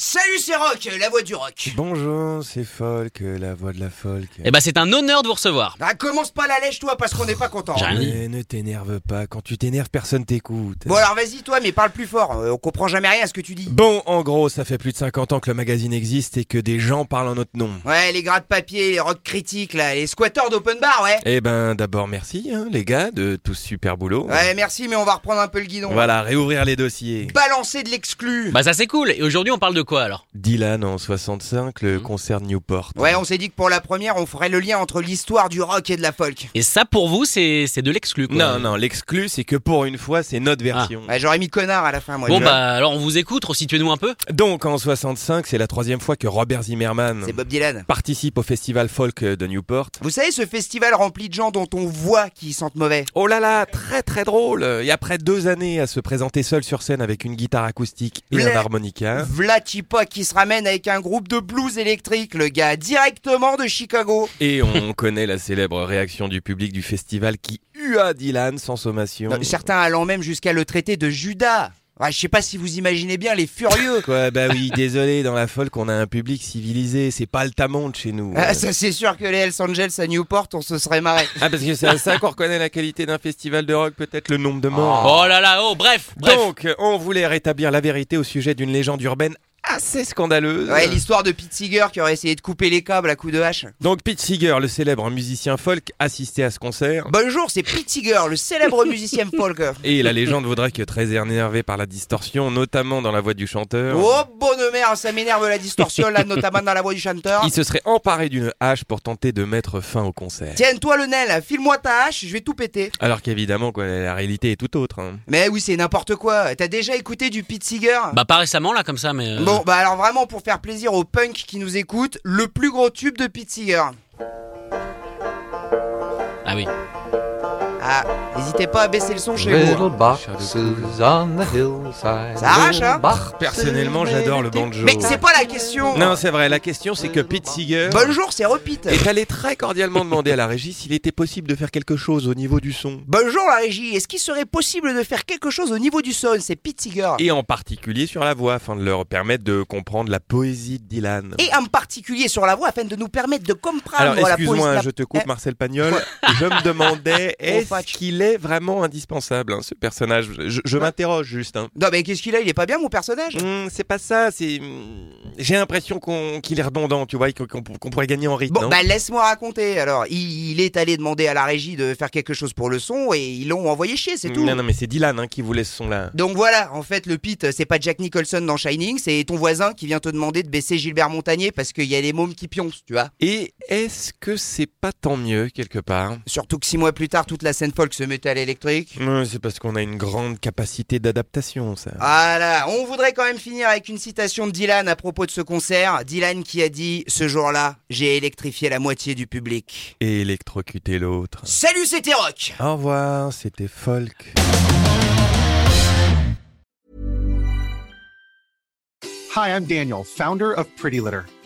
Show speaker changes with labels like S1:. S1: Salut, c'est Rock, euh, la voix du rock.
S2: Bonjour, c'est Folk, euh, la voix de la Folk.
S3: Eh ben, c'est un honneur de vous recevoir.
S1: Ah, commence pas la lèche, toi, parce qu'on n'est pas content.
S3: J'ai rien dit.
S2: Mais ne t'énerve pas, quand tu t'énerves, personne t'écoute.
S1: Bon, alors vas-y, toi, mais parle plus fort. euh, on comprend jamais rien à ce que tu dis.
S2: Bon, en gros, ça fait plus de 50 ans que le magazine existe et que des gens parlent en notre nom.
S1: Ouais, les gras de papier, les rock critiques, là, les squatteurs d'open bar, ouais.
S2: Eh ben, d'abord, merci, hein, les gars, de tout ce super boulot.
S1: Ouais, merci, mais on va reprendre un peu le guidon.
S2: Voilà, réouvrir les dossiers.
S1: Balancer de l'exclu.
S3: Bah, ça c'est cool. Et aujourd'hui, on parle de quoi alors
S2: Dylan en 65,
S1: Mmh.
S2: le concert de Newport.
S1: Ouais, on s'est dit que pour la première, on ferait le lien entre l'histoire du rock et de la folk.
S3: Et ça, pour vous, c'est c'est de l'exclu. quoi.
S2: Non, non, l'exclu, c'est que pour une fois, c'est notre version.
S1: Ouais, j'aurais mis connard à la fin, moi.
S3: Bon,
S1: déjà.
S3: bah, alors on vous écoute, resituez-nous un peu.
S2: Donc, en 65, c'est la troisième fois que Robert Zimmerman
S1: C'est Bob Dylan.
S2: participe au festival folk de Newport.
S1: Vous savez, ce festival rempli de gens dont on voit qu'ils sentent mauvais.
S2: Oh là là, très très drôle. Et après deux années à se présenter seul sur scène avec une guitare acoustique et
S1: Blais.
S2: un
S3: Hein
S2: harmonica.
S1: V'là Tipa qui se ramène avec un groupe de blues électrique, le gars directement de Chicago.
S2: Et on connaît la célèbre réaction du public du festival qui hua Dylan sans sommation.
S1: Non, certains allant même jusqu'à le traiter de Judas. Ouais, je sais pas si vous imaginez bien les furieux.
S2: Quoi, bah oui, désolé, dans la folle qu'on a un public civilisé, c'est pas le tamonde chez nous.
S1: Ah, ça c'est sûr que les Hells Angels à Newport, on se serait marré.
S2: Ah, parce que c'est à ça qu'on reconnaît la qualité d'un festival de rock, peut-être le nombre
S1: Ah.
S2: de morts.
S3: Oh là là, oh, bref, bref.
S2: Donc, on voulait rétablir la vérité au sujet d'une légende urbaine assez scandaleuse.
S1: Ouais, l'histoire de Pete Seeger qui aurait essayé de couper les câbles à coups de hache.
S2: Donc, Pete Seeger, le célèbre musicien folk, assistait à ce concert.
S1: Bonjour, c'est Pete Seeger, le célèbre musicien folk.
S2: Et la légende voudrait que très énervé par la distorsion, notamment dans la voix du chanteur,
S1: Oh bonne mère, ça m'énerve la distorsion là, notamment dans la voix du chanteur.
S2: il se serait emparé d'une hache pour tenter de mettre fin au concert.
S1: Tiens-toi le nez, file-moi ta hache, je vais tout péter.
S2: Alors qu'évidemment, quoi, la réalité est tout autre. hein.
S1: Mais oui, c'est n'importe quoi. T'as déjà écouté du Pete Seeger
S3: Bah, pas récemment là, comme ça, mais. euh,
S1: Bon, bah alors vraiment pour faire plaisir aux punks qui nous écoutent, le plus gros tube de Pete Seeger.
S3: Ah oui.
S1: Ah, n'hésitez pas à baisser le son chez vous.
S4: Little boxes on the hillside.
S1: Ça arrache, hein
S2: Personnellement, j'adore le banjo.
S1: Mais c'est pas la question.
S2: Non, c'est vrai, la question c'est que Pete Seeger
S1: Bonjour, c'est Repite.
S2: est allé très cordialement demander à la régie s'il était possible de faire quelque chose au niveau du son.
S1: Bonjour la régie, est-ce qu'il serait possible de faire quelque chose au niveau du son C'est Pete Seeger.
S2: Et en particulier sur la voix, afin de leur permettre de comprendre la poésie de Dylan.
S1: Et en particulier sur la voix afin de nous permettre de comprendre
S2: Alors,
S1: la Eh. pose.
S2: excuse-moi, je te coupe, Marcel Pagnol. Je me demandais, est-ce
S1: Patch.
S2: qu'il est vraiment indispensable, hein, ce personnage Je, je
S1: Bah.
S2: m'interroge juste. hein.
S1: Non mais qu'est-ce qu'il a Il est pas bien mon personnage
S2: Hmm, c'est pas ça, c'est. hmm, J'ai l'impression qu'on- qu'il est redondant, tu vois, et qu'on qu'on pourrait gagner en rythme.
S1: Bon,
S2: hein.
S1: bah laisse-moi raconter alors. Il, il est allé demander à la régie de faire quelque chose pour le son et ils l'ont envoyé chier, c'est tout.
S2: Non, non, mais c'est Dylan hein, qui voulait ce son-là.
S1: Donc voilà, en fait, le Pete, c'est pas Jack Nicholson dans Shining, c'est ton voisin qui vient te demander de baisser Gilbert Montagnier parce qu'il y a les mômes qui pioncent, tu vois.
S2: Et est-ce que c'est pas tant mieux, quelque part
S1: Surtout que six mois plus tard, toute la scène folk se mettait à l'électrique.
S2: Hmm, C'est parce qu'on a une grande capacité d'adaptation, ça.
S1: Ah. Voilà, on voudrait quand même finir avec une citation de Dylan à propos de ce concert. Dylan qui a dit Ce jour-là, j'ai électrifié la moitié du public.
S2: Et électrocuter l'autre.
S1: Salut, c'était Rock
S2: Au revoir, c'était Folk.
S5: Hi, I'm Daniel, founder of Pretty Litter.